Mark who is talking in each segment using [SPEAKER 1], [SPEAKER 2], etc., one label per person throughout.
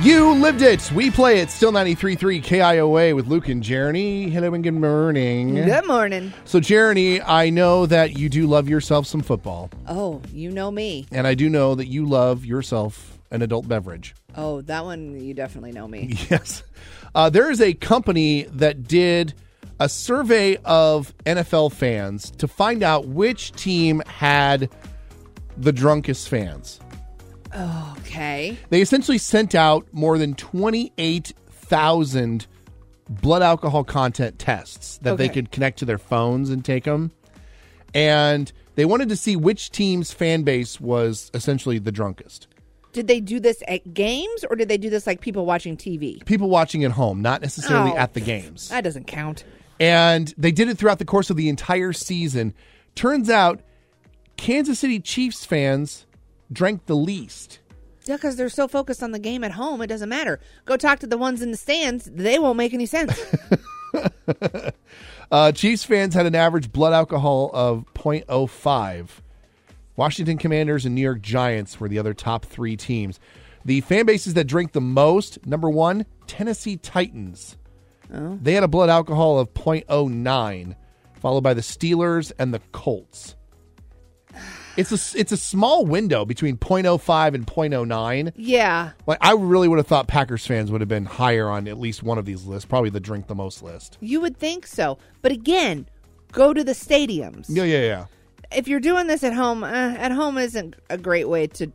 [SPEAKER 1] You lived it. We play it. Still 93.3 KIOA with Luke and Jeremy. Hello and good morning.
[SPEAKER 2] Good morning.
[SPEAKER 1] So, Jeremy, I know that you do love yourself some football,
[SPEAKER 2] Oh, you know me.
[SPEAKER 1] and I do know that you love yourself an adult beverage.
[SPEAKER 2] Oh, that one you definitely know me.
[SPEAKER 1] Yes. Uh, there is a company that did a survey of NFL fans to find out which team had the drunkest fans.
[SPEAKER 2] Okay.
[SPEAKER 1] They essentially sent out more than 28,000 blood alcohol content tests that they
[SPEAKER 2] Okay.
[SPEAKER 1] could connect to their phones and take them. And they wanted to see which team's fan base was essentially the drunkest.
[SPEAKER 2] Did they do this at games or did they do this like people watching TV?
[SPEAKER 1] People watching at home, not necessarily
[SPEAKER 2] Oh.
[SPEAKER 1] at the games.
[SPEAKER 2] That doesn't count.
[SPEAKER 1] and they did it throughout the course of the entire season. Turns out Kansas City Chiefs fans drank the least.
[SPEAKER 2] Yeah, because they're so focused on the game at home, it doesn't matter. Go talk to the ones in the stands; they won't make any sense.
[SPEAKER 1] Uh, Chiefs fans had an average blood alcohol of 0.05. Washington Commanders and New York Giants were the other top three teams. The fan bases that drink the most number one, Tennessee Titans. They had a blood alcohol of 0.09, followed by the Steelers and the Colts. It's a, it's a small window between 0.05 and 0.09.
[SPEAKER 2] yeah,
[SPEAKER 1] Like I really would have thought Packers fans would have been higher on at least one of these lists, probably the drink the most list.
[SPEAKER 2] you would think so, but again, go to the stadiums.
[SPEAKER 1] Yeah, yeah, yeah.
[SPEAKER 2] If you're doing this at home, uh, at home isn't a great way to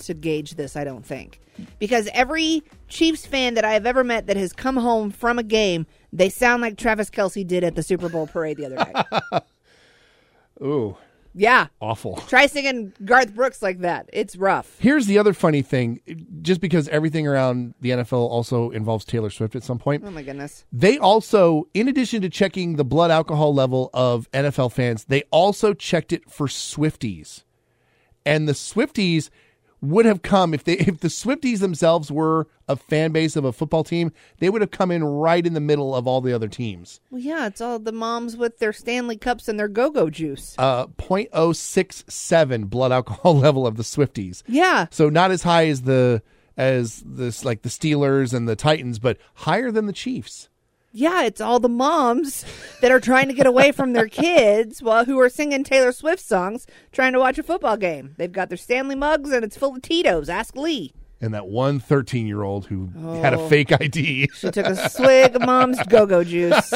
[SPEAKER 2] to gauge this. I don't think because every Chiefs fan that I have ever met that has come home from a game, they sound like Travis Kelsey did at the Super Bowl parade the other night.
[SPEAKER 1] Ooh,
[SPEAKER 2] yeah,
[SPEAKER 1] awful.
[SPEAKER 2] try singing Garth Brooks like that. It's rough.
[SPEAKER 1] Here's the other funny thing just because everything around the NFL also involves Taylor Swift at some point,
[SPEAKER 2] Oh my goodness.
[SPEAKER 1] they also, in addition to checking the blood alcohol level of NFL fans, they also checked it for Swifties. And the Swifties would have come if they if the Swifties themselves were a fan base of a football team, they would have come in right in the middle of all the other teams.
[SPEAKER 2] Well, yeah, it's all the moms with their Stanley cups and their go-go juice.
[SPEAKER 1] Uh 0.067 blood alcohol level of the Swifties.
[SPEAKER 2] yeah,
[SPEAKER 1] So not as high as the as this like the Steelers and the Titans, but higher than the Chiefs.
[SPEAKER 2] yeah, it's all the moms that are trying to get away from their kids, while who are singing Taylor Swift songs, trying to watch a football game. They've got their Stanley mugs and it's full of Tito's. Ask Lee.
[SPEAKER 1] And that one 13 year old who had
[SPEAKER 2] Oh.
[SPEAKER 1] a fake ID.
[SPEAKER 2] She took a swig of mom's go-go juice.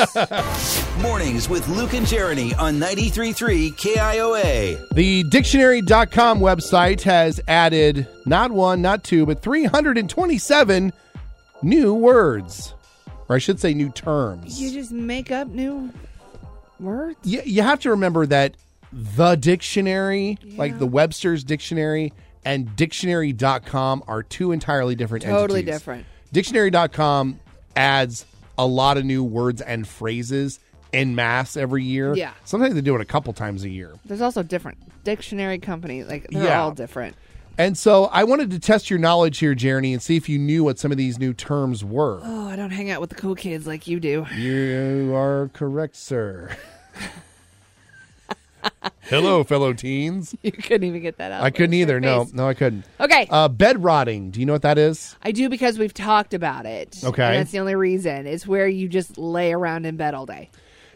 [SPEAKER 3] Mornings with Luke and Jeremy on 93.3 KIOA.
[SPEAKER 1] The dictionary.com website has added not one, not two, but 327 new words. Or I should say new terms.
[SPEAKER 2] you just make up new words.
[SPEAKER 1] you, you have to remember that the dictionary, like the Webster's dictionary and dictionary.com are two entirely different
[SPEAKER 2] Totally
[SPEAKER 1] entities.
[SPEAKER 2] different.
[SPEAKER 1] Dictionary.com adds a lot of new words and phrases en masse every year.
[SPEAKER 2] Yeah.
[SPEAKER 1] Sometimes they do it a couple times a year.
[SPEAKER 2] There's also different dictionary companies. Like they're
[SPEAKER 1] Yeah.
[SPEAKER 2] all different.
[SPEAKER 1] And so I wanted to test your knowledge here, Jeremy, and see if you knew what some of these new terms were.
[SPEAKER 2] Oh, I don't hang out with the cool kids like you do.
[SPEAKER 1] you are correct, sir. Hello, fellow teens.
[SPEAKER 2] You couldn't even get that out.
[SPEAKER 1] I couldn't
[SPEAKER 2] It's your
[SPEAKER 1] either. No,
[SPEAKER 2] face.
[SPEAKER 1] no, I couldn't.
[SPEAKER 2] Okay.
[SPEAKER 1] Uh, bed rotting. Do you know what that is?
[SPEAKER 2] I do because we've talked about it.
[SPEAKER 1] Okay.
[SPEAKER 2] And that's the only reason. It's where you just lay around in bed all day.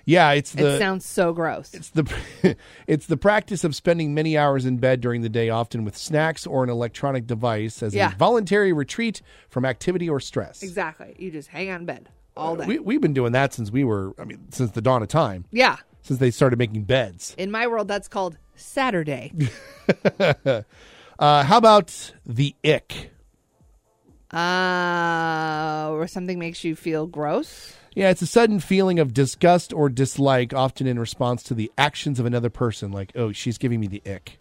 [SPEAKER 1] Yeah, it's the
[SPEAKER 2] it sounds so gross.
[SPEAKER 1] it's the it's the practice of spending many hours in bed during the day, often with snacks or an electronic device, as
[SPEAKER 2] Yeah.
[SPEAKER 1] a voluntary retreat from activity or stress.
[SPEAKER 2] Exactly. You just hang out in bed all day.
[SPEAKER 1] We, we've been doing that since we were, I mean, since the dawn of time,
[SPEAKER 2] yeah.
[SPEAKER 1] since they started making beds.
[SPEAKER 2] In my world, that's called Saturday.
[SPEAKER 1] Uh, how about the ick?
[SPEAKER 2] uh, or something makes you feel gross.
[SPEAKER 1] Yeah, it's a sudden feeling of disgust or dislike, often in response to the actions of another person. Like, oh, she's giving me the ick.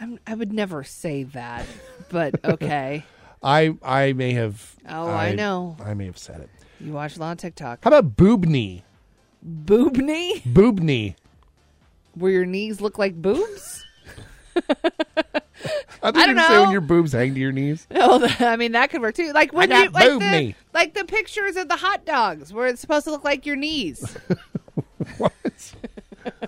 [SPEAKER 2] I'm, I would never say that, but okay.
[SPEAKER 1] I I may have.
[SPEAKER 2] Oh, I know.
[SPEAKER 1] I may have said it.
[SPEAKER 2] you watch a lot of TikTok.
[SPEAKER 1] How about boobney?
[SPEAKER 2] Boob knee?
[SPEAKER 1] Boobney.
[SPEAKER 2] Where your knees look like boobs?
[SPEAKER 1] I,
[SPEAKER 2] I
[SPEAKER 1] think
[SPEAKER 2] don't
[SPEAKER 1] you say when
[SPEAKER 2] know.
[SPEAKER 1] your boobs hang to your knees.
[SPEAKER 2] Oh, that- I mean that could work too. Like when
[SPEAKER 1] I got
[SPEAKER 2] you like
[SPEAKER 1] boob
[SPEAKER 2] the,
[SPEAKER 1] knee.
[SPEAKER 2] like the pictures of the hot dogs where it's supposed to look like your knees.
[SPEAKER 1] What?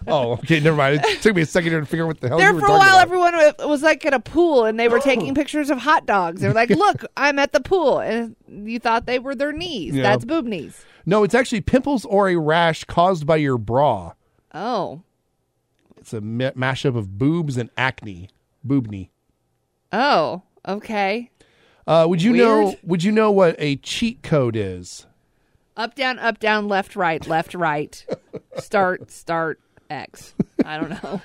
[SPEAKER 1] Oh, okay, never mind. It took me a second here to figure out what the hell
[SPEAKER 2] There
[SPEAKER 1] you were
[SPEAKER 2] for a
[SPEAKER 1] talking
[SPEAKER 2] while,
[SPEAKER 1] about.
[SPEAKER 2] everyone wa- was like at a pool and they were taking pictures of hot dogs. They were like, "Look, I'm at the pool," and you thought they were their knees.
[SPEAKER 1] Yeah.
[SPEAKER 2] That's boob knees.
[SPEAKER 1] no, it's actually pimples or a rash caused by your bra.
[SPEAKER 2] Oh,
[SPEAKER 1] It's a ma- mashup of boobs and acne. Boobney.
[SPEAKER 2] oh, okay.
[SPEAKER 1] Uh, would you know?
[SPEAKER 2] Weird.
[SPEAKER 1] Would you know what a cheat code is?
[SPEAKER 2] Up down, up down, left right, left right. Start start X. I don't know.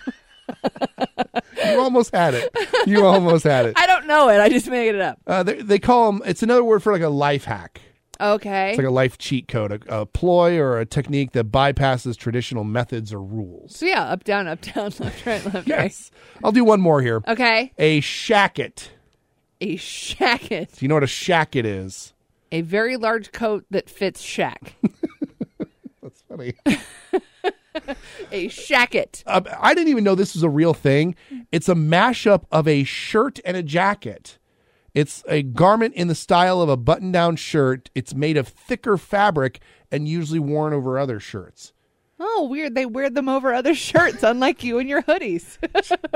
[SPEAKER 1] You almost had it. You almost had it.
[SPEAKER 2] I don't know it. I just made it up.
[SPEAKER 1] Uh, they, they call them. It's another word for like a life hack.
[SPEAKER 2] Okay.
[SPEAKER 1] It's like a life cheat code, a, a ploy or a technique that bypasses traditional methods or rules.
[SPEAKER 2] so yeah, up down, up down, left right, left
[SPEAKER 1] I'll do one more here.
[SPEAKER 2] right. Okay.
[SPEAKER 1] A shacket.
[SPEAKER 2] A shacket.
[SPEAKER 1] Do you know what a shacket is?
[SPEAKER 2] A very large coat that fits Shack.
[SPEAKER 1] That's funny.
[SPEAKER 2] A shacket.
[SPEAKER 1] Uh, I didn't even know this was a real thing. It's a mashup of a shirt and a jacket. It's a garment in the style of a button down shirt. It's made of thicker fabric and usually worn over other shirts.
[SPEAKER 2] Oh, weird. They wear them over other shirts, unlike you and your hoodies.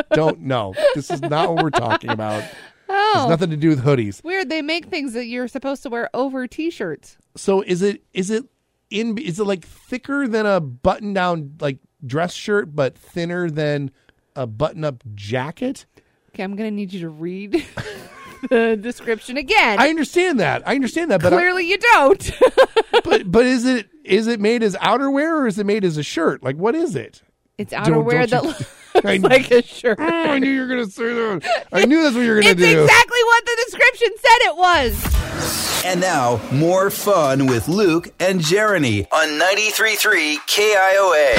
[SPEAKER 1] Don't know. This is not what we're talking about. It's nothing to do with hoodies.
[SPEAKER 2] weird. They make things that you're supposed to wear over t shirts.
[SPEAKER 1] So is it is it in is it like thicker than a button down like dress shirt but thinner than a button up jacket?
[SPEAKER 2] Okay, I'm going to need you to read the description again.
[SPEAKER 1] I understand that. I understand that, but I-
[SPEAKER 2] Clearly, you don't.
[SPEAKER 1] but but is it is it made as outerwear or is it made as a shirt? Like what is it?
[SPEAKER 2] it's
[SPEAKER 1] Don't-
[SPEAKER 2] outerwear that
[SPEAKER 1] don't you-
[SPEAKER 2] looks
[SPEAKER 1] I-
[SPEAKER 2] like a shirt.
[SPEAKER 1] Oh, I knew you were gonna say that. I knew that's what you were gonna
[SPEAKER 2] It's
[SPEAKER 1] do.
[SPEAKER 2] exactly what the description said it was.
[SPEAKER 3] And now, more fun with Luke and Jeremy on 93.3 KIOA.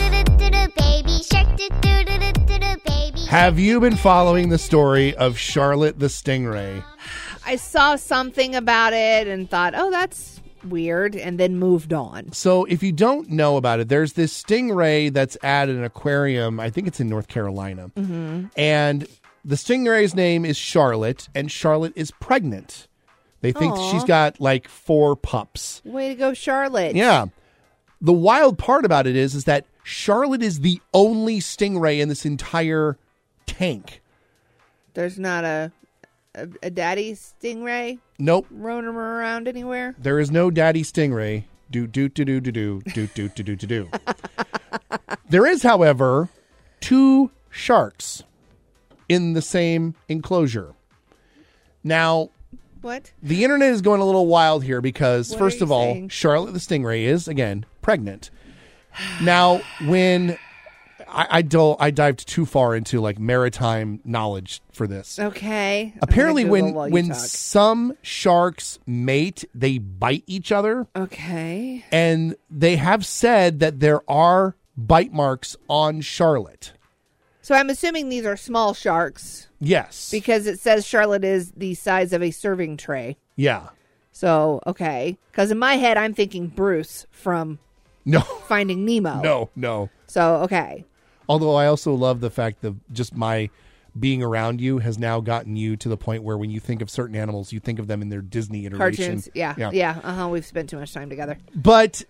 [SPEAKER 4] Shark doo doo doo doo doo doo baby shark doo doo doo doo doo doo baby
[SPEAKER 1] Have you been following the story of Charlotte the Stingray?
[SPEAKER 2] I saw something about it and thought, oh, that's weird, and then moved on.
[SPEAKER 1] So if you don't know about it, there's this stingray that's at an aquarium. I think it's in North Carolina, and the stingray's name is Charlotte, and Charlotte is pregnant. They think
[SPEAKER 2] Aw.
[SPEAKER 1] she's got like four pups.
[SPEAKER 2] Way to go, Charlotte.
[SPEAKER 1] Yeah. The wild part about it is is that Charlotte is the only stingray in this entire tank.
[SPEAKER 2] There's not a a, a daddy stingray
[SPEAKER 1] Nope.
[SPEAKER 2] roaming around anywhere.
[SPEAKER 1] There is no daddy stingray. Do do do do do do do do do do do do. There is, however, two sharks in the same enclosure. Now,
[SPEAKER 2] What?
[SPEAKER 1] the internet is going a little wild here because
[SPEAKER 2] What are
[SPEAKER 1] first
[SPEAKER 2] you
[SPEAKER 1] of all,
[SPEAKER 2] saying?
[SPEAKER 1] Charlotte the Stingray is again pregnant. Now, when I, I do I dived too far into like maritime knowledge for this.
[SPEAKER 2] Okay. I'm
[SPEAKER 1] Apparently,
[SPEAKER 2] gonna
[SPEAKER 1] when
[SPEAKER 2] Google while you
[SPEAKER 1] when
[SPEAKER 2] talk.
[SPEAKER 1] some sharks mate, they bite each other,
[SPEAKER 2] okay,
[SPEAKER 1] and they have said that there are bite marks on Charlotte.
[SPEAKER 2] so I'm assuming these are small sharks
[SPEAKER 1] Yes.
[SPEAKER 2] because it says Charlotte is the size of a serving tray.
[SPEAKER 1] yeah.
[SPEAKER 2] So okay, because in my head I'm thinking Bruce from
[SPEAKER 1] No.
[SPEAKER 2] Finding Nemo.
[SPEAKER 1] No. No.
[SPEAKER 2] So okay,
[SPEAKER 1] Although I also love the fact that just my being around you has now gotten you to the point where when you think of certain animals, you think of them in their Disney iteration.
[SPEAKER 2] cartoons. Yeah, yeah. yeah uh huh. We've spent too much time together.
[SPEAKER 1] But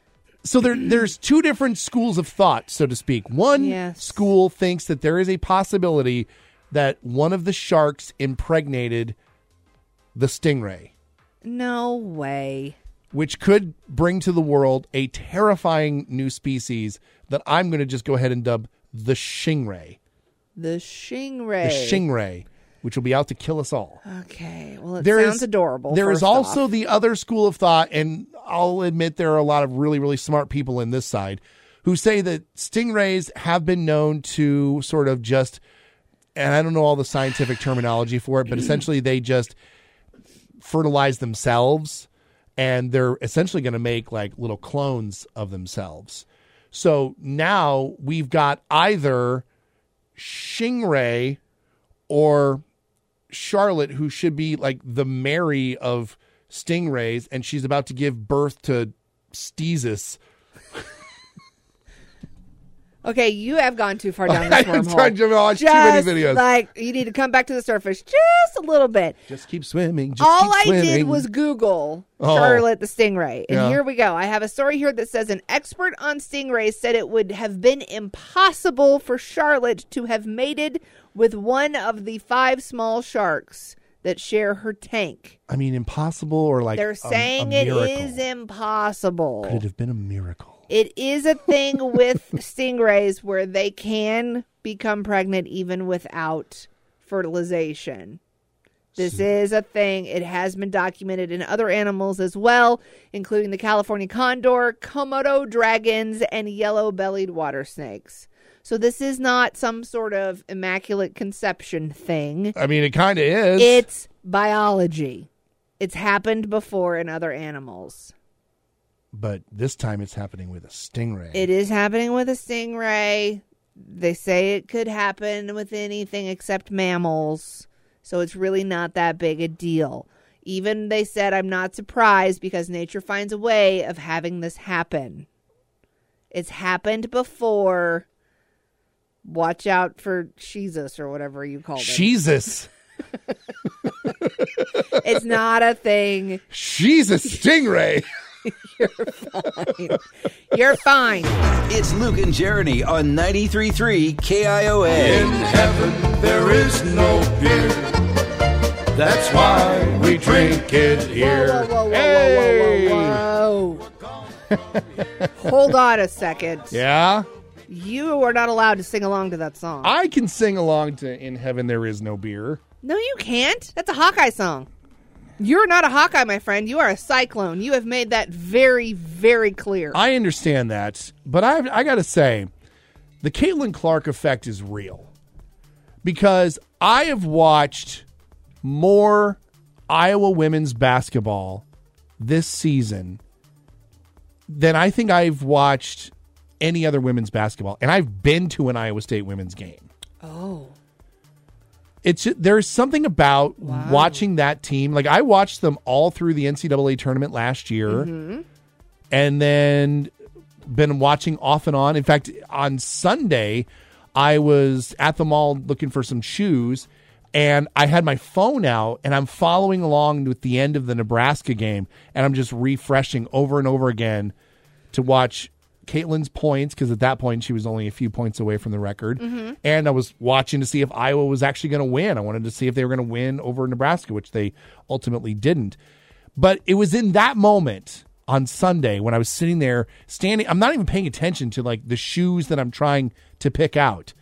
[SPEAKER 1] so there, there's two different schools of thought, so to speak. One
[SPEAKER 2] Yes.
[SPEAKER 1] school thinks that there is a possibility that one of the sharks impregnated the stingray,
[SPEAKER 2] No way.
[SPEAKER 1] which could bring to the world a terrifying new species that I'm going to just go ahead and dub the shingray.
[SPEAKER 2] The
[SPEAKER 1] The
[SPEAKER 2] stingray.
[SPEAKER 1] shingray, which will be out to kill us all.
[SPEAKER 2] Okay. Well, it
[SPEAKER 1] There is
[SPEAKER 2] sounds adorable.
[SPEAKER 1] There is
[SPEAKER 2] first
[SPEAKER 1] also
[SPEAKER 2] off.
[SPEAKER 1] the other school of thought, and I'll admit there are a lot of really, really smart people in this side who say that stingrays have been known to sort of just, and I don't know all the scientific terminology for it, but essentially they just fertilize themselves and they're essentially going to make like little clones of themselves. So now we've got either Shingray or Charlotte, who should be like the Mary of stingrays, and she's about to give birth to Steezus.
[SPEAKER 2] Okay, you have gone too far down this
[SPEAKER 1] I'm
[SPEAKER 2] wormhole.
[SPEAKER 1] trying to watch too many
[SPEAKER 2] Just
[SPEAKER 1] videos.
[SPEAKER 2] Like you need to come back to the surface just a little bit.
[SPEAKER 1] Just keep swimming. Just
[SPEAKER 2] All I
[SPEAKER 1] keep swimming.
[SPEAKER 2] did was Google
[SPEAKER 1] Oh.
[SPEAKER 2] Charlotte the stingray, and
[SPEAKER 1] Yeah.
[SPEAKER 2] here we go. I have a story here that says an expert on stingrays said it would have been impossible for Charlotte to have mated with one of the five small sharks that share her tank.
[SPEAKER 1] I mean, impossible or like
[SPEAKER 2] They're
[SPEAKER 1] a- a
[SPEAKER 2] saying it
[SPEAKER 1] miracle.
[SPEAKER 2] is impossible.
[SPEAKER 1] Could it have been a miracle?
[SPEAKER 2] It is a thing with stingrays where they can become pregnant even without fertilization. This is a thing. It has been documented in other animals as well, including the California condor, Komodo dragons, and yellow bellied water snakes. So, this is not some sort of immaculate conception thing.
[SPEAKER 1] I mean, it kind of is.
[SPEAKER 2] It's biology. It's happened before in other animals.
[SPEAKER 1] but this time it's happening with a stingray.
[SPEAKER 2] It is happening with a stingray. They say it could happen with anything except mammals. So it's really not that big a deal. Even they said, I'm not surprised because nature finds a way of having this happen. It's happened before. Watch out for Jesus or whatever you call it.
[SPEAKER 1] Jesus.
[SPEAKER 2] It's not a thing.
[SPEAKER 1] She's a stingray.
[SPEAKER 2] You're fine.
[SPEAKER 3] It's Luke and Jeremy on 93.3 KIOA.
[SPEAKER 5] heaven there is no beer. That's why we drink it here.
[SPEAKER 2] Whoa, whoa, whoa, whoa, whoa, whoa, whoa. Hold on a second.
[SPEAKER 1] yeah.
[SPEAKER 2] You are not allowed to sing along to that song.
[SPEAKER 1] I can sing along to In Heaven There Is No Beer.
[SPEAKER 2] no, you can't. That's a Hawkeye song. You're not a Hawkeye, my friend. You are a Cyclone. You have made that very, very clear.
[SPEAKER 1] I understand that, but I I got to say, the Caitlin Clark effect is real because I have watched more Iowa women's basketball this season than I think I've watched any other women's basketball, and I've been to an Iowa State women's game.
[SPEAKER 2] oh,
[SPEAKER 1] It's there's something about watching that team. Like I watched them all through the NCAA tournament last year, and then been watching off and on. In fact, on Sunday, I was at the mall looking for some shoes, and I had my phone out, and I'm following along with the end of the Nebraska game, and I'm just refreshing over and over again to watch Caitlin's points because at that point she was only a few points away from the record. And I was watching to see if Iowa was actually going to win. I wanted to see if they were going to win over Nebraska, which they ultimately didn't. But it was in that moment on Sunday when I was sitting there standing, I'm not even paying attention to like the shoes that I'm trying to pick out.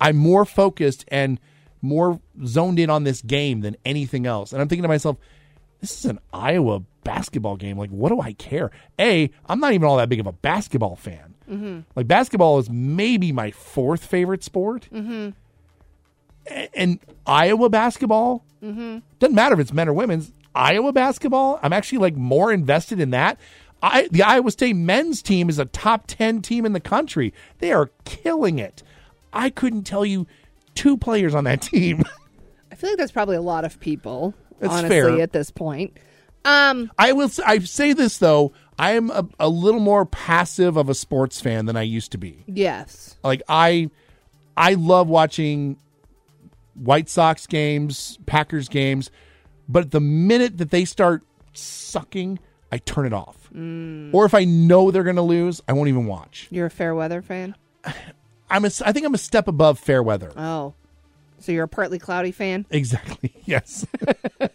[SPEAKER 1] I'm more focused and more zoned in on this game than anything else. And I'm thinking to myself, this is an Iowa basketball game. Like, what do I care? A, I'm not even all that big of a basketball fan. Like, basketball is maybe my fourth favorite sport. Mm-hmm. And Iowa basketball doesn't matter if it's men or women's. Iowa basketball, I'm actually like more invested in that. I, the Iowa State men's team is a top 10 team in the country. They are killing it. I couldn't tell you two players on that team.
[SPEAKER 2] I feel like that's probably a lot of people.
[SPEAKER 1] That's
[SPEAKER 2] honestly,
[SPEAKER 1] fair.
[SPEAKER 2] at this point. Um,
[SPEAKER 1] I will. s- I say this though. I am a, a little more passive of a sports fan than I used to be.
[SPEAKER 2] yes.
[SPEAKER 1] Like I, I love watching White Sox games, Packers games, but the minute that they start sucking, I turn it off. Or if I know they're going to lose, I won't even watch.
[SPEAKER 2] You're a fair weather fan.
[SPEAKER 1] I'm a. s- I think I'm a step above fair weather.
[SPEAKER 2] Oh. So you're a partly cloudy fan?
[SPEAKER 1] exactly. Yes.
[SPEAKER 2] All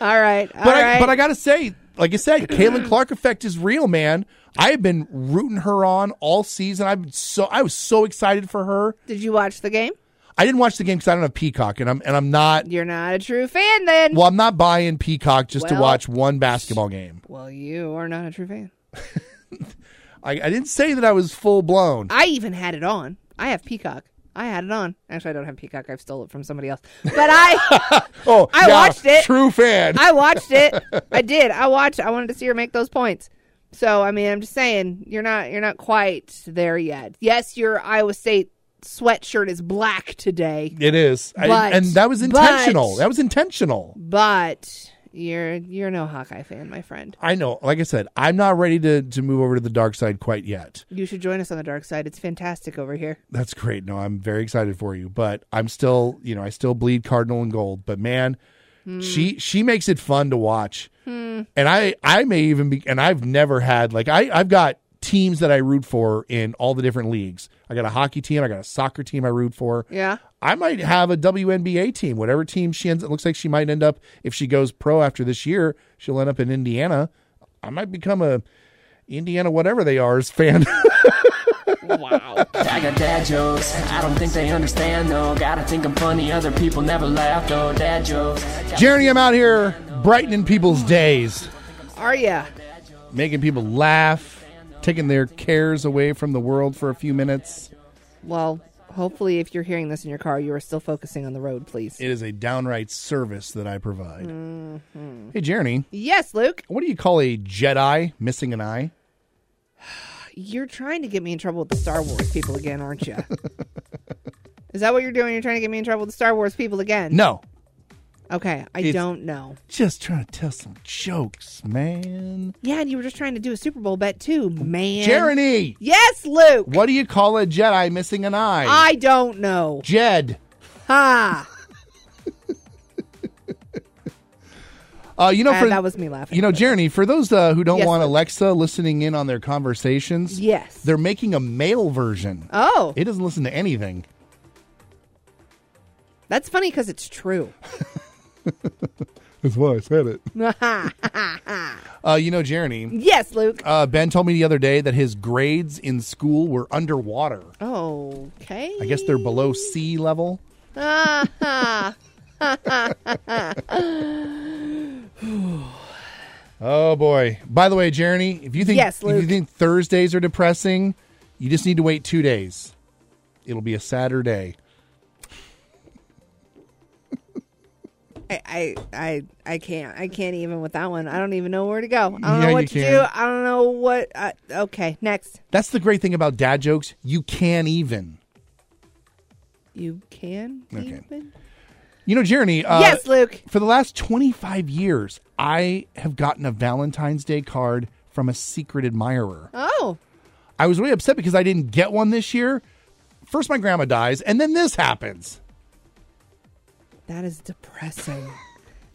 [SPEAKER 2] right. all right.
[SPEAKER 1] But I, but I gotta say, like I said, Caitlin Clark effect is real, man. I have been rooting her on all season. I've been so I was so excited for her.
[SPEAKER 2] Did you watch the game?
[SPEAKER 1] I didn't watch the game because I don't have Peacock, and I'm and I'm not.
[SPEAKER 2] You're not a true fan then.
[SPEAKER 1] Well, I'm not buying Peacock just to
[SPEAKER 2] Well-
[SPEAKER 1] watch one basketball game.
[SPEAKER 2] well, you are not a true fan.
[SPEAKER 1] I, I didn't say that I was full blown.
[SPEAKER 2] I even had it on. I have Peacock. I had it on. Actually, I don't have Peacock. I've stole it from somebody else. But I,
[SPEAKER 1] Oh,
[SPEAKER 2] I
[SPEAKER 1] yeah,
[SPEAKER 2] watched it.
[SPEAKER 1] True fan.
[SPEAKER 2] I watched it. I did. I watched. it. I wanted to see her make those points. So I mean, I'm just saying, you're not, you're not quite there yet. Yes, your Iowa State sweatshirt is black today,
[SPEAKER 1] it is, I-
[SPEAKER 2] But-
[SPEAKER 1] and that was
[SPEAKER 2] but-
[SPEAKER 1] intentional. that was intentional.
[SPEAKER 2] but You're you're no Hawkeye fan, my friend.
[SPEAKER 1] I know. Like I said, I'm not ready to to move over to the dark side quite yet.
[SPEAKER 2] You should join us on the dark side. It's fantastic over here.
[SPEAKER 1] That's great. No, I'm very excited for you, but I'm still, you know, I still bleed cardinal and gold. But man, she she makes it fun to watch. And I I may even be and I've never had like I I've got teams that I root for in all the different leagues. I got a hockey team, I got a soccer team I root for.
[SPEAKER 2] Yeah.
[SPEAKER 1] I might have a WNBA team, whatever team she ends. It looks like she might end up if she goes pro after this year. She'll end up in Indiana. I might become a Indiana whatever they are's fan.
[SPEAKER 6] I got dad jokes. I don't think they understand though. Gotta think I'm funny. Other people never laugh though. Dad jokes.
[SPEAKER 1] Jeremy, I'm out here brightening people's days,
[SPEAKER 2] Are ya?
[SPEAKER 1] making people laugh, taking their cares away from the world for a few minutes.
[SPEAKER 2] Well, hopefully, if you're hearing this in your car, you are still focusing on the road, please.
[SPEAKER 1] It is a downright service that I provide.
[SPEAKER 2] Mm-hmm.
[SPEAKER 1] Hey, Jeremy,
[SPEAKER 2] yes, Luke.
[SPEAKER 1] what do you call a Jedi missing an eye?
[SPEAKER 2] You're trying to get me in trouble with the Star Wars people again, aren't you? Is that what you're doing? You're trying to get me in trouble with the Star Wars people again?
[SPEAKER 1] No,
[SPEAKER 2] Okay, I
[SPEAKER 1] It's-
[SPEAKER 2] don't know.
[SPEAKER 1] just trying to tell some jokes, man.
[SPEAKER 2] Yeah, and you were just trying to do a Super Bowl bet too, man.
[SPEAKER 1] Jeremy,
[SPEAKER 2] Yes, Luke.
[SPEAKER 1] what do you call a Jedi missing an eye?
[SPEAKER 2] I don't know.
[SPEAKER 1] Jed.
[SPEAKER 2] Ha!
[SPEAKER 1] Uh, you know,
[SPEAKER 2] Ah,
[SPEAKER 1] for
[SPEAKER 2] that was me laughing.
[SPEAKER 1] You know, Jeremy, for those uh, who don't
[SPEAKER 2] Yes,
[SPEAKER 1] want
[SPEAKER 2] sir.
[SPEAKER 1] Alexa listening in on their conversations,
[SPEAKER 2] Yes.
[SPEAKER 1] they're making a male version.
[SPEAKER 2] oh,
[SPEAKER 1] It doesn't listen to anything.
[SPEAKER 2] that's funny because it's true.
[SPEAKER 1] That's why I said it.
[SPEAKER 2] yes,
[SPEAKER 1] Uh, you know, Jeremy,
[SPEAKER 2] Luke.
[SPEAKER 1] uh, Ben told me the other day that his grades in school were underwater.
[SPEAKER 2] Okay.
[SPEAKER 1] I guess they're below sea level. oh boy! By the way, Jeremy, if you think
[SPEAKER 2] Yes,
[SPEAKER 1] if you
[SPEAKER 2] Luke.
[SPEAKER 1] think Thursdays are depressing, you just need to wait two days. It'll be a sadder day.
[SPEAKER 2] I, I, I, I can't. I can't even with that one. I don't even know where to go. I don't
[SPEAKER 1] Yeah,
[SPEAKER 2] know what
[SPEAKER 1] you
[SPEAKER 2] to
[SPEAKER 1] can.
[SPEAKER 2] do. I don't know what. Uh, okay, next.
[SPEAKER 1] That's the great thing about dad jokes. You can even.
[SPEAKER 2] You can.
[SPEAKER 1] Okay.
[SPEAKER 2] Even?
[SPEAKER 1] You know, Jeremy. Uh,
[SPEAKER 2] yes, Luke.
[SPEAKER 1] For the last 25 years, I have gotten a Valentine's Day card from a secret admirer.
[SPEAKER 2] Oh,
[SPEAKER 1] I was really upset because I didn't get one this year. First, my grandma dies, and then this happens.
[SPEAKER 2] that is depressing.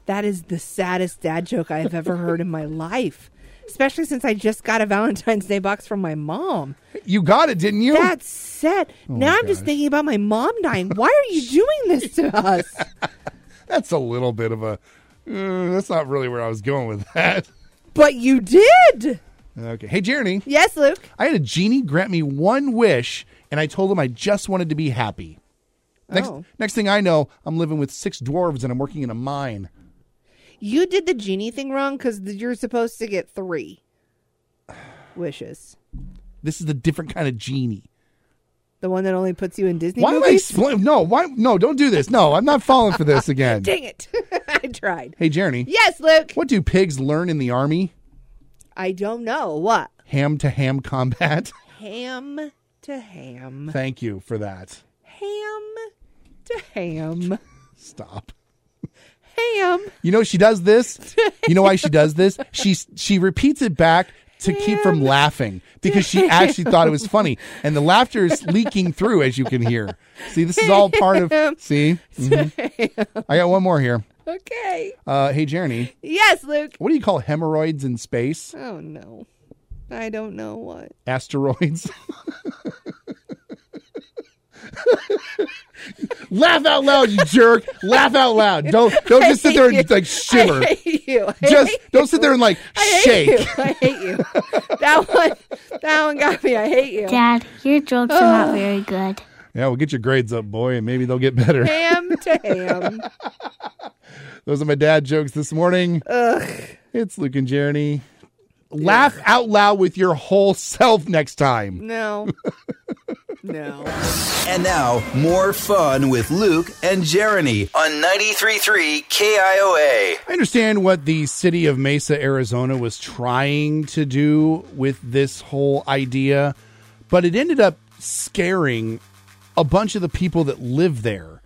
[SPEAKER 2] that is the saddest dad joke I have ever heard in my life. Especially since I just got a Valentine's Day box from my mom.
[SPEAKER 1] You got it, didn't you?
[SPEAKER 2] That's sad. now I'm just
[SPEAKER 1] Oh gosh.
[SPEAKER 2] thinking about my mom dying. Why are you doing this to us?
[SPEAKER 1] That's a little bit of a. uh, that's not really where I was going with that.
[SPEAKER 2] But you did.
[SPEAKER 1] Okay. Hey, Jeremy,
[SPEAKER 2] Yes, Luke.
[SPEAKER 1] I had a genie grant me one wish, and I told him I just wanted to be happy. Next,
[SPEAKER 2] Oh.
[SPEAKER 1] next thing I know, I'm living with six dwarves and I'm working in a mine.
[SPEAKER 2] You did the genie thing wrong because you're supposed to get three wishes.
[SPEAKER 1] This is a different kind of genie.
[SPEAKER 2] The one that only puts you in Disney
[SPEAKER 1] Why am I
[SPEAKER 2] movies.
[SPEAKER 1] explaining? No, why? No, don't do this. No, I'm not falling for this again.
[SPEAKER 2] Dang it! I tried.
[SPEAKER 1] hey, Jeremy,
[SPEAKER 2] Yes, Luke.
[SPEAKER 1] what do pigs learn in the army?
[SPEAKER 2] I don't know what
[SPEAKER 1] Ham to ham combat.
[SPEAKER 2] ham to ham,
[SPEAKER 1] Thank you for that.
[SPEAKER 2] ham to ham,
[SPEAKER 1] Stop.
[SPEAKER 2] ham.
[SPEAKER 1] You know she does this. You know why she does this? She she repeats it back to keep from laughing because she actually thought it was funny, and the laughter is leaking through as you can hear. See, this is all part of. See, Mhm. I got one more here.
[SPEAKER 2] Okay.
[SPEAKER 1] Uh, hey, Jeremy,
[SPEAKER 2] Yes, Luke.
[SPEAKER 1] what do you call hemorrhoids in space?
[SPEAKER 2] Oh no, I don't know what.
[SPEAKER 1] asteroids. Laugh out loud, you jerk! Laugh out loud. Don't don't just sit there and like shiver.
[SPEAKER 2] I hate you. I
[SPEAKER 1] Just
[SPEAKER 2] hate
[SPEAKER 1] don't sit there and like
[SPEAKER 2] I hate
[SPEAKER 1] shake.
[SPEAKER 2] you. I hate you. That one, that one got me. I hate you.
[SPEAKER 7] Dad, your jokes are not very good.
[SPEAKER 1] Yeah, we'll get your grades up, boy, and maybe they'll get better.
[SPEAKER 2] Ham to ham.
[SPEAKER 1] Those are my dad jokes this morning. Ugh. It's Luke and Jeremy. Laugh out loud with your whole self next time.
[SPEAKER 2] No. No.
[SPEAKER 3] And now, more fun with Luke and Jeremy on 93.3 KIOA.
[SPEAKER 1] I understand what the city of Mesa, Arizona was trying to do with this whole idea, but it ended up scaring a bunch of the people that live there.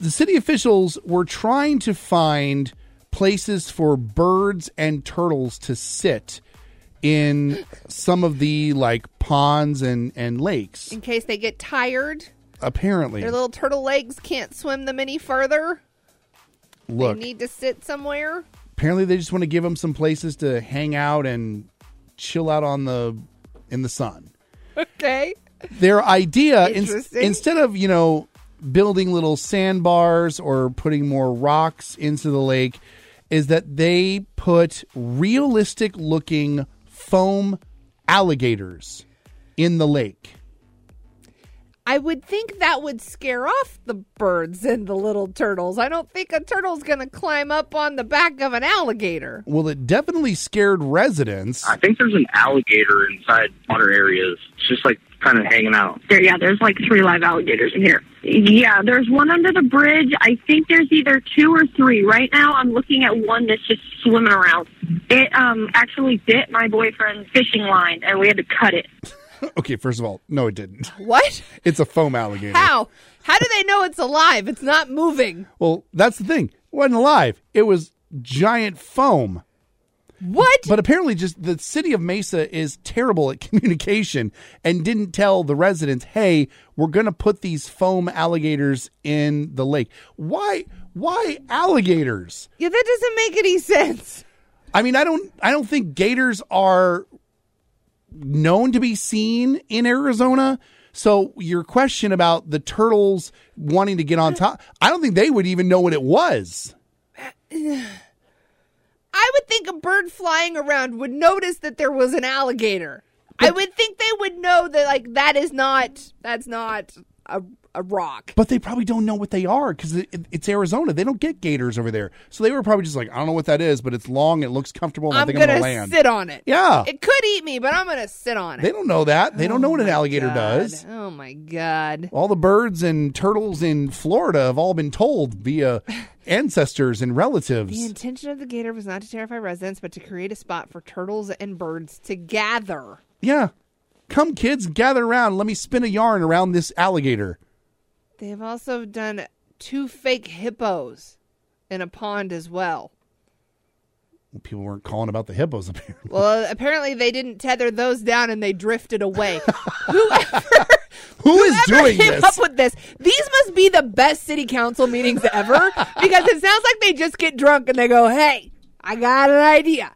[SPEAKER 1] The city officials were trying to find places for birds and turtles to sit in some of the like ponds and and lakes
[SPEAKER 2] in case they get tired.
[SPEAKER 1] apparently
[SPEAKER 2] Their little turtle legs can't swim them any further.
[SPEAKER 1] look
[SPEAKER 2] They need to sit somewhere.
[SPEAKER 1] apparently they just want to give them some places to hang out and chill out on the in the sun
[SPEAKER 2] Okay.
[SPEAKER 1] their idea in-
[SPEAKER 2] Interesting.
[SPEAKER 1] instead of you know building little sandbars or putting more rocks into the lake is that they put realistic looking foam alligators in the lake
[SPEAKER 2] I would think that would scare off the birds and the little turtles. I don't think a turtle's going to climb up on the back of an alligator.
[SPEAKER 1] well it definitely scared residents
[SPEAKER 8] I think there's an alligator inside water areas. It's just like kind of hanging out.
[SPEAKER 9] There, yeah, there's like three live alligators in here. Yeah, there's one under the bridge. I think there's either two or three. Right now, I'm looking at one that's just swimming around. It um actually bit my boyfriend's fishing line, and we had to cut it.
[SPEAKER 1] okay first of all no it didn't
[SPEAKER 2] What?
[SPEAKER 1] it's a foam alligator
[SPEAKER 2] How? How do they know it's alive? It's not moving.
[SPEAKER 1] well that's the thing it wasn't alive it was giant foam
[SPEAKER 2] What?
[SPEAKER 1] But apparently, just the city of Mesa is terrible at communication and didn't tell the residents, "Hey, we're going to put these foam alligators in the lake." Why? Why alligators?
[SPEAKER 2] Yeah, that doesn't make any sense.
[SPEAKER 1] I mean, I don't. I don't think gators are known to be seen in Arizona. So your question about the turtles wanting to get on top, I don't think they would even know what it was.
[SPEAKER 2] I would think a bird flying around would notice that there was an alligator. I would think they would know that like that is not that's not a a rock.
[SPEAKER 1] But they probably don't know what they are because it, it- it's Arizona. They don't get gators over there. So they were probably just like, I don't know what that is, but it's long, it looks comfortable, and I
[SPEAKER 2] I'm
[SPEAKER 1] think I'm going
[SPEAKER 2] gonna
[SPEAKER 1] to land.
[SPEAKER 2] sit on it.
[SPEAKER 1] yeah.
[SPEAKER 2] It could eat me, but I'm gonna sit on it.
[SPEAKER 1] they don't know that. They don't know what an alligator
[SPEAKER 2] God.
[SPEAKER 1] does.
[SPEAKER 2] Oh my god.
[SPEAKER 1] All the birds and turtles in Florida have all been told via ancestors and
[SPEAKER 2] The
[SPEAKER 1] relatives.
[SPEAKER 2] intention of the gator was not to terrify residents, but to create a spot for turtles and birds to gather.
[SPEAKER 1] Yeah. Come, kids, gather around. Let me spin a yarn around this alligator.
[SPEAKER 2] They have also done two fake hippos in a pond as well.
[SPEAKER 1] People weren't calling about the hippos, apparently.
[SPEAKER 2] Well, apparently they didn't tether those down and they drifted away.
[SPEAKER 1] Who is
[SPEAKER 2] Whoever
[SPEAKER 1] doing
[SPEAKER 2] came
[SPEAKER 1] this?
[SPEAKER 2] up with this? These must be the best city council meetings ever because it sounds like they just get drunk and they go, "Hey, I got an idea.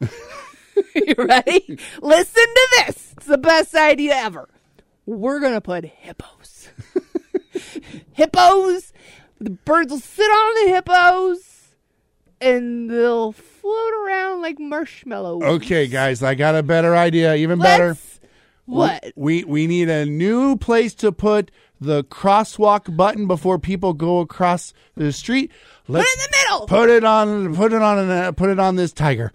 [SPEAKER 2] you ready? Listen to this. It's the best idea ever. We're gonna put hippos. hippos. The birds will sit on the hippos and they'll float around like marshmallows.
[SPEAKER 1] okay, guys, I got a better idea, even Oh, better.
[SPEAKER 2] Let's- What?
[SPEAKER 1] We we need a new place to put the crosswalk button before people go across the street. Let's
[SPEAKER 2] in the middle.
[SPEAKER 1] Put it on. Put it on. An, put it on this tiger.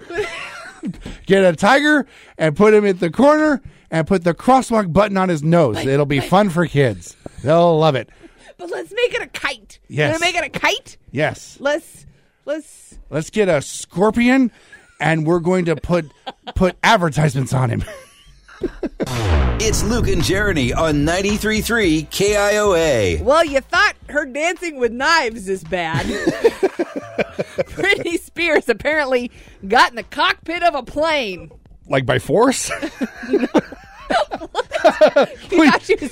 [SPEAKER 1] Get a tiger and put him at the corner and put the crosswalk button on his nose. It'll be fun for kids. They'll love it.
[SPEAKER 2] But let's make it a kite.
[SPEAKER 1] Yes.
[SPEAKER 2] Gonna make it a kite.
[SPEAKER 1] Yes.
[SPEAKER 2] Let's let's
[SPEAKER 1] Let's get a scorpion and we're going to put put advertisements on him.
[SPEAKER 3] It's Luke and Jeremy on 93.3 KIOA.
[SPEAKER 2] Well, you thought her dancing with knives is bad. Britney Spears apparently got in the cockpit of a plane.
[SPEAKER 1] like by force?
[SPEAKER 2] She thought she was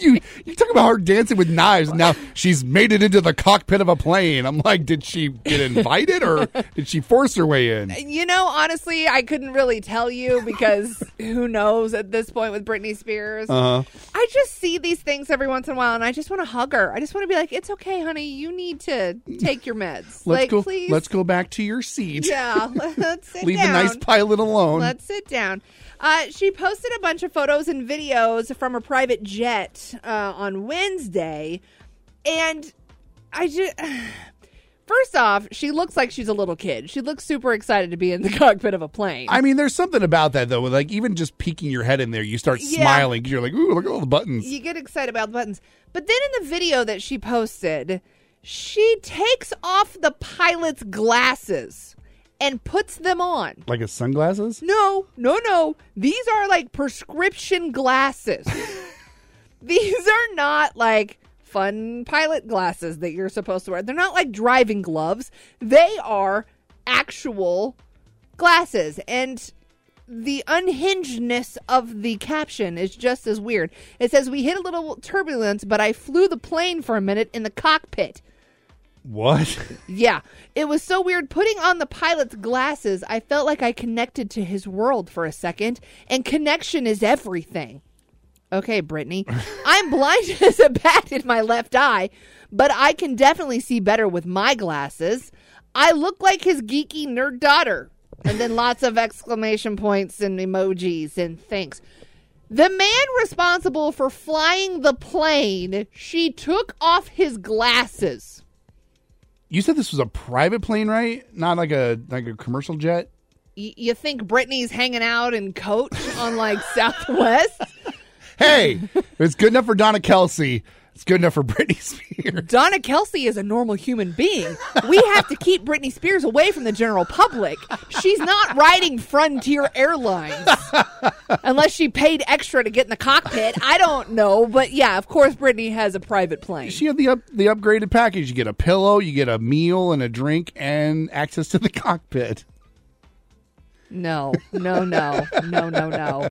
[SPEAKER 1] you you talk about her dancing with knives. Now she's made it into the cockpit of a plane. I'm like, did she get invited or did she force her way in?
[SPEAKER 2] You know, honestly, I couldn't really tell you because who knows at this point with Britney Spears.
[SPEAKER 1] Uh-huh.
[SPEAKER 2] I just see these things every once in a while, and I just want to hug her. I just want to be like, "It's okay, honey. You need to take your meds.
[SPEAKER 1] Let's
[SPEAKER 2] like,
[SPEAKER 1] go.
[SPEAKER 2] please,
[SPEAKER 1] Let's go back to your seat.
[SPEAKER 2] yeah, let's sit
[SPEAKER 1] Leave
[SPEAKER 2] down.
[SPEAKER 1] the nice pilot alone.
[SPEAKER 2] Let's sit down. Uh, she posted a bunch of photos and videos from her private jet uh, on Wednesday, and I just. First off, she looks like she's a little kid. She looks super excited to be in the cockpit of a plane.
[SPEAKER 1] I mean, there's something about that though. Like even just peeking your head in there, you start
[SPEAKER 2] Yeah.
[SPEAKER 1] smiling 'cause you're like, "Ooh, look at all the buttons."
[SPEAKER 2] you get excited about the buttons. But then in the video that she posted, she takes off the pilot's glasses and puts them on.
[SPEAKER 1] Like a sunglasses.
[SPEAKER 2] No, no, no. These are like prescription glasses. These are not like fun pilot glasses that you're supposed to wear. They're not like driving gloves, they are actual glasses. And the unhingedness of the caption is just as weird. It says, We hit a little turbulence, but I flew the plane for a minute in the cockpit.
[SPEAKER 1] What?
[SPEAKER 2] Yeah, it was so weird. Putting on the pilot's glasses, I felt like I connected to his world for a second, and connection is everything. Okay, Brittany. I'm blind as a bat in my left eye, but I can definitely see better with my glasses. I look like his geeky nerd daughter. And then lots of exclamation points and emojis and thanks. The man responsible for flying the plane, she took off his glasses.
[SPEAKER 1] You said this was a private plane, right? Not like a like a commercial jet.
[SPEAKER 2] y- you think Brittany's hanging out in coach on like Southwest?
[SPEAKER 1] Hey, it's good enough for Donna Kelsey. It's good enough for Britney Spears.
[SPEAKER 2] Donna Kelsey is a normal human being. We have to keep Britney Spears away from the general public. She's not riding Frontier Airlines unless she paid extra to get in the cockpit. I don't know, but yeah, of course Britney has a private plane.
[SPEAKER 1] She had the up the upgraded package. You get a pillow, you get a meal and a drink, and access to the cockpit.
[SPEAKER 2] No, no, no, no, no, no.